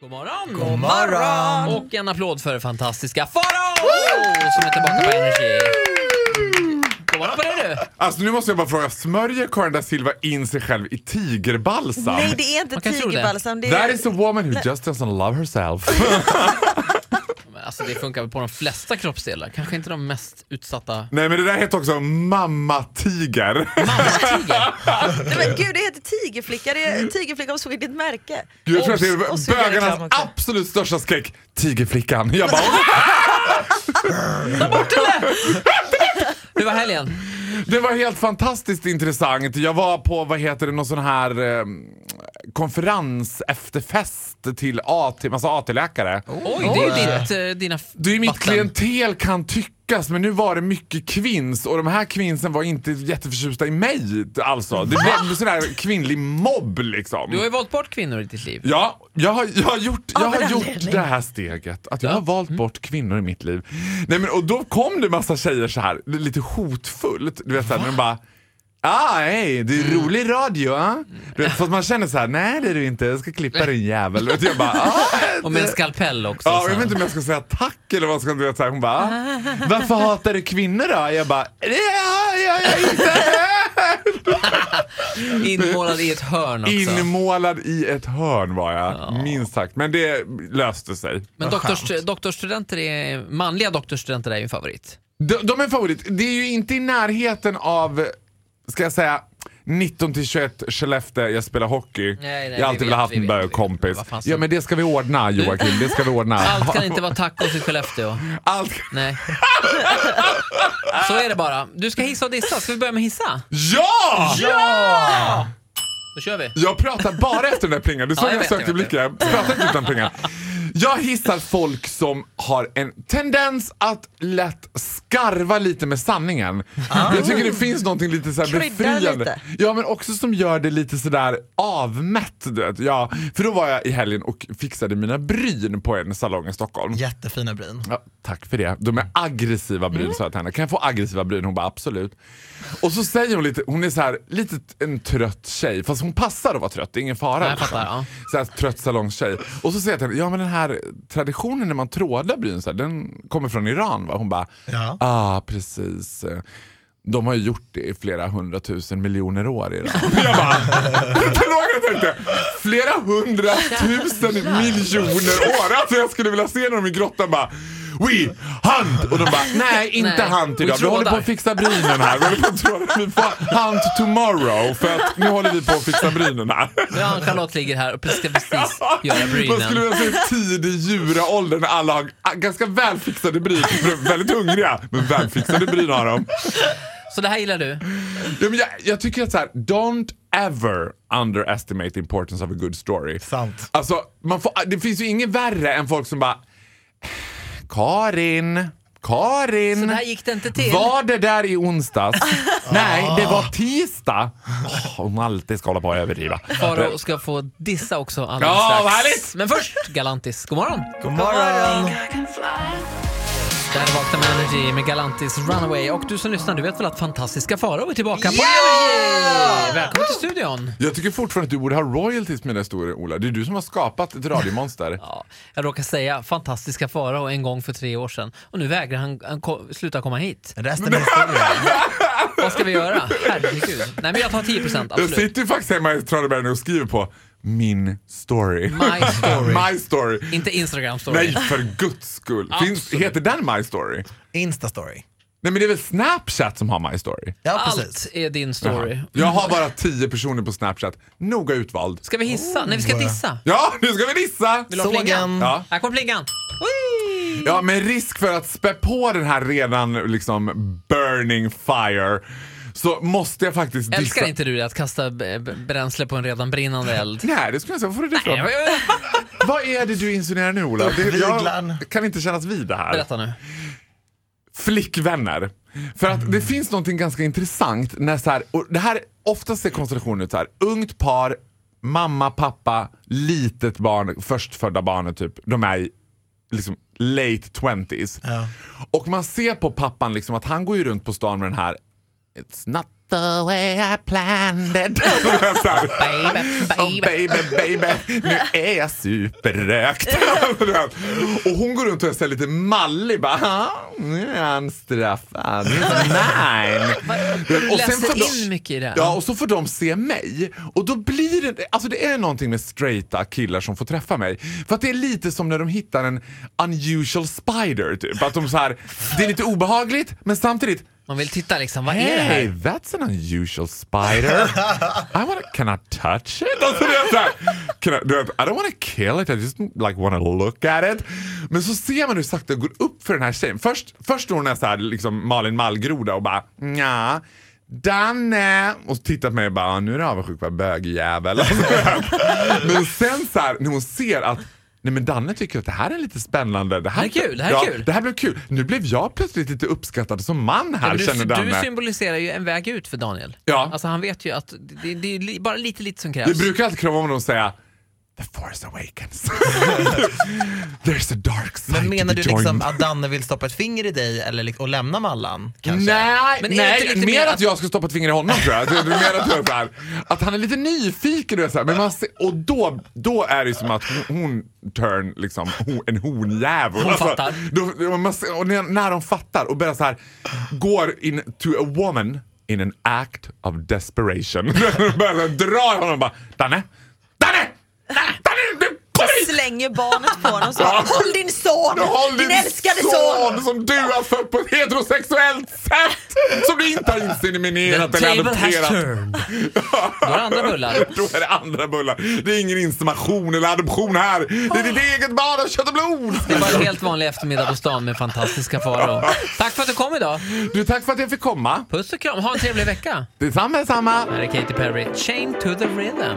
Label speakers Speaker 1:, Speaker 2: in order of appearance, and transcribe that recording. Speaker 1: God morgon!
Speaker 2: God morgon!
Speaker 1: Och en applåd för fantastiska Farao som är tillbaka på Energy. God morgon på dig du!
Speaker 3: Alltså nu måste jag bara fråga, smörjer Karin da Silva in sig själv i tigerbalsam?
Speaker 2: Nej, det är inte
Speaker 1: kan tro det.
Speaker 2: tigerbalsam. Det
Speaker 3: That
Speaker 2: är...
Speaker 3: is a woman who just doesn't love herself.
Speaker 1: Men alltså det funkar väl på de flesta kroppsdelar, kanske inte de mest utsatta.
Speaker 3: Nej men det där heter också mamma-tiger.
Speaker 1: Mammatiger!
Speaker 2: Nej, men gud, det heter tigerflicka. Det är tigerflicka om såg i ditt märke.
Speaker 3: Gud, jag tror att det
Speaker 2: Och så
Speaker 3: är
Speaker 2: gör jag reklam
Speaker 3: bögarnas
Speaker 2: också.
Speaker 3: absolut största skräck, tigerflickan. Jag bara,
Speaker 1: Hur var helgen?
Speaker 3: det var helt fantastiskt intressant. Jag var på, vad heter det, någon sån här eh, konferens efterfest till AT, massa AT-läkare.
Speaker 2: Oh.
Speaker 1: Oj, det är ju ditt, eh, dina f-
Speaker 3: Det är mitt
Speaker 1: vatten.
Speaker 3: klientel kan tyckas, men nu var det mycket kvinns och de här kvinsen var inte jätteförtjusta i mig alltså. Det blev sån där kvinnlig mobb liksom.
Speaker 1: Du har ju valt bort kvinnor i ditt liv.
Speaker 3: Ja, jag har, jag har gjort, jag
Speaker 2: men
Speaker 3: har
Speaker 2: den
Speaker 3: gjort
Speaker 2: ledningen.
Speaker 3: det här steget. Att jag
Speaker 1: Ja. Mm.
Speaker 3: har valt bort kvinnor i mitt liv. Nej, men, och då kom det massa tjejer så här lite hotfullt. Du vet, så här, när de bara Ah, hej, det är
Speaker 1: Mm.
Speaker 3: rolig radio, ah. Du vet, fast man känner så här, nej det är du inte, jag ska klippa din jävel. Du Vet, jag bara, ah,
Speaker 1: Och med en skalpell också.
Speaker 3: Ja,
Speaker 1: så.
Speaker 3: jag vet inte om jag ska säga tack eller vad jag ska du vet, så här, Hon bara, "Ah, varför hatar du kvinnor då? Jag bara, det har jag inte.
Speaker 1: Inmålad i ett hörn också.
Speaker 3: Inmålad i ett hörn var jag, minst sagt. Men det löste sig.
Speaker 1: Men doktors, doktorsstudenter är, manliga doktorsstudenter är ju en favorit.
Speaker 3: De, de är en favorit. Det är ju inte i närheten av, ska jag säga, 19 till 21 Skellefteå, jag spelar hockey.
Speaker 1: nej,
Speaker 3: jag
Speaker 1: vi
Speaker 3: har alltid
Speaker 1: vet,
Speaker 3: velat haft
Speaker 1: vi
Speaker 3: en
Speaker 1: vet, vi
Speaker 3: bögkompis.
Speaker 1: vet. Vad fan ska-
Speaker 3: Ja men det ska vi ordna Joakim, det ska vi ordna.
Speaker 1: Allt kan inte vara tacos i Skellefteå.
Speaker 3: Allt-
Speaker 1: Nej. Så är det bara. Du ska hissa och dissa. Ska vi börja med hissa?
Speaker 3: Ja!
Speaker 1: Då kör vi.
Speaker 3: Jag pratar bara efter den där plingan. Du såg
Speaker 1: Ja, jag
Speaker 3: jag,
Speaker 1: vet, jag
Speaker 3: sökte
Speaker 1: vet.
Speaker 3: blicken. Jag pratar inte utan plingan. Jag hissar folk som har en tendens att lätt skarva lite med sanningen.
Speaker 1: Ah.
Speaker 3: Jag tycker det finns någonting lite så här
Speaker 2: Krydda
Speaker 3: befriande.
Speaker 2: lite.
Speaker 3: Ja, men också som gör det lite sådär avmätt. Du vet. Ja, för då var jag i helgen och fixade mina bryn på en salong i Stockholm.
Speaker 4: Jättefina bryn.
Speaker 3: Ja, tack för det. De är aggressiva bryn,
Speaker 1: Mm.
Speaker 3: sa jag till henne. Kan jag få aggressiva bryn? Hon bara absolut. Och så säger hon lite, hon är så här, lite t- en trött tjej. Fast hon passar att vara trött, det är ingen fara.
Speaker 1: Nej, jag fattar, ja.
Speaker 3: Så här, trött salongstjej. Och så säger jag till henne, ja men den här traditionen när man trådar bryn, så här, den kommer från Iran va? Hon bara,
Speaker 4: Ja.
Speaker 3: ah precis. De har ju gjort det i flera hundratusen miljoner år i Iran. Jag bara, vilken låg jag tänkte! Flera hundratusen miljoner år! Alltså jag skulle vilja se när de i grottan bara We hunt! Och de bara, nej inte
Speaker 1: Nej,
Speaker 3: hunt
Speaker 1: vi
Speaker 3: idag. Vi håller på
Speaker 1: trådar."
Speaker 3: att fixa brynen här. Vi håller på att tråda. Vi får hunt tomorrow för att nu håller vi på att fixa brynen här.
Speaker 1: Nu har Charlotte ligger här och ska precis göra
Speaker 3: Man skulle
Speaker 1: brynen.
Speaker 3: vilja se tidig djuraålder när alla har ah, ganska välfixade bryn. För de är Väldigt hungriga, men välfixade bryn har de.
Speaker 1: Så det här gillar du?
Speaker 3: Ja, men jag, jag tycker att så här, don't ever underestimate the importance of a good story.
Speaker 4: Sant.
Speaker 3: Alltså, man får, det finns ju inget värre än folk som bara Karin, Karin.
Speaker 2: liksom-
Speaker 1: Så det här gick det inte till? Ah.
Speaker 3: Var det där i onsdags? Nej, det var tisdag. Oh, hon alltid ska hålla på och överdriva.
Speaker 1: Faro ska få dissa också alldeles
Speaker 3: Ja,
Speaker 1: strax.
Speaker 3: vad härligt!
Speaker 1: Men först Galantis. God morgon!
Speaker 4: God morgon!
Speaker 1: Det här är Vakna med Energy med Galantis Runaway. Och du som lyssnar, du vet väl att fantastiska Faro är tillbaka på
Speaker 4: Ja!
Speaker 1: Energy! Välkommen till studion!
Speaker 3: Jag tycker fortfarande att du borde ha royalties med den historien, Ola. Det är du som har skapat ett radiomonster.
Speaker 1: Ja, jag råkar säga fantastiska Farao en gång för tre år sedan och nu vägrar han, han ko- sluta komma hit.
Speaker 4: Resten är historia.
Speaker 1: Vad ska vi göra? Herregud. Nej men jag tar 10%
Speaker 3: Jag
Speaker 1: absolut.
Speaker 3: sitter ju faktiskt hemma i Traneberg nu och skriver på min story.
Speaker 1: My story.
Speaker 3: My story.
Speaker 1: Inte Instagram
Speaker 3: Nej,
Speaker 1: story.
Speaker 3: för guds skull. Finns, heter den My Story?
Speaker 4: Instastory.
Speaker 3: Nej, men det är väl Snapchat som har My Story?
Speaker 4: Ja,
Speaker 1: Allt
Speaker 4: precis.
Speaker 1: är din story.
Speaker 3: Jaha. Jag har bara tio personer på Snapchat. Noga utvald.
Speaker 1: Ska vi hissa? Nej vi ska dissa.
Speaker 3: Oh, Ja, nu ska vi dissa!
Speaker 1: Vill du ha
Speaker 4: Såg
Speaker 1: plingan?
Speaker 4: en.
Speaker 3: Ja.
Speaker 1: Här kommer plingan. Oj!
Speaker 3: Ja, med risk för att spä på den här redan liksom burning fire så måste jag faktiskt dissa.
Speaker 1: Älskar inte du det, att kasta b- b- bränsle på en redan brinnande eld?
Speaker 3: Nej, det skulle jag säga. Vad får du det ifrån?
Speaker 1: Nej, jag-
Speaker 3: Vad är det du insinuerar nu, Ola? Det,
Speaker 4: Viglan.
Speaker 3: jag kan inte kännas vid det här.
Speaker 1: Berätta nu.
Speaker 3: flickvänner. För att det finns någonting ganska intressant när så här, och det här oftast ser konstellationen ut så här, ungt par, mamma, pappa, litet barn, förstfödda barnet typ, de är i liksom late 20s.
Speaker 4: Ja.
Speaker 3: Och man ser på pappan liksom att han går ju runt på stan med den här It's not the way I planned it. Alltså, Så här. Oh, baby, baby, nu är jag superrökt. och hon går runt och är så här lite mallig. Bara, "Ja, nu är han straffad. Nu är han mine." Och sen
Speaker 1: Läser
Speaker 3: får de-
Speaker 1: in mycket i det här.
Speaker 3: Ja, och så får de se mig. Och då blir det, alltså det är någonting med straighta killar som får träffa mig. För att det är lite som när de hittar en unusual spider typ. Att de så här, det är lite obehagligt men samtidigt
Speaker 1: Man vill titta liksom, vad är det
Speaker 3: Hey,
Speaker 1: här?
Speaker 3: that's an unusual spider. I wanna, can I touch it? Alltså, det är så här, can I, du vet, I don't wanna kill it, I just like wanna look at it. Men så ser man hur sakta det går upp för den här tjejen. Först, först står hon där så här, liksom Malin Mallgroda och bara nja. Danne! Och tittar på mig och bara, "Ah, nu är du avundsjuk va bögjävel. Alltså, du vet. men sen så här, när hon ser att Nej men Danne tycker att det här är lite spännande. Det här,
Speaker 1: Det här är kul, det här är
Speaker 3: ja,
Speaker 1: kul."
Speaker 3: Det här blev kul. Nu blev jag plötsligt lite uppskattad som man här
Speaker 1: Men
Speaker 3: känner
Speaker 1: Du,
Speaker 3: Danne.
Speaker 1: du symboliserar ju en väg ut för Daniel.
Speaker 3: Ja.
Speaker 1: Alltså han vet ju att det, det är li- bara lite lite som
Speaker 3: Vi
Speaker 1: krävs.
Speaker 3: brukar alltid krama om dem och säga The force awakens. There's a dark side
Speaker 4: Men menar
Speaker 3: to
Speaker 4: du
Speaker 3: be joined."
Speaker 4: liksom att Danne vill stoppa ett finger i dig eller, li- och lämna Mallan? Kanske?
Speaker 3: Nej,
Speaker 1: Men är det inte
Speaker 3: nej
Speaker 1: lite
Speaker 3: mer
Speaker 1: mer
Speaker 3: att
Speaker 1: att-
Speaker 3: jag ska stoppa ett finger i honom tror jag. Du, du menar att, jag så här, att han är lite nyfiken och så här, men man ser, och då, då är det som att hon, hon turn liksom, hon, en honjävel.
Speaker 1: Hon fattar.
Speaker 3: Då, då- man ser, och när, när de fattar och börjar så här, går in to a woman in an act of desperation. de börjar så här, dra i honom och bara, Danne, Danne, Danne, du, kom hit!
Speaker 2: Slänger barnet på honom och så
Speaker 3: Ja.
Speaker 2: Håll din son!
Speaker 3: Du har
Speaker 2: din, älskade son!
Speaker 3: som du har fött på ett heterosexuellt sätt! Som du inte har inseminerat
Speaker 1: The
Speaker 3: eller
Speaker 1: table has
Speaker 3: adopterat.
Speaker 1: turned. Då är det andra bullar.
Speaker 3: Då är det andra bullar. Det är ingen insemination eller adoption här. Det är ditt
Speaker 2: Ah.
Speaker 3: eget barn av kött och blod.
Speaker 1: Det var en helt vanlig eftermiddag på stan med fantastiska faror. Tack för att du kom idag.
Speaker 3: Du, tack för att jag fick komma.
Speaker 1: Puss och kram, ha en trevlig vecka.
Speaker 3: Detsamma, detsamma.
Speaker 1: Här är Katy Perry, Chain to the Rhythm.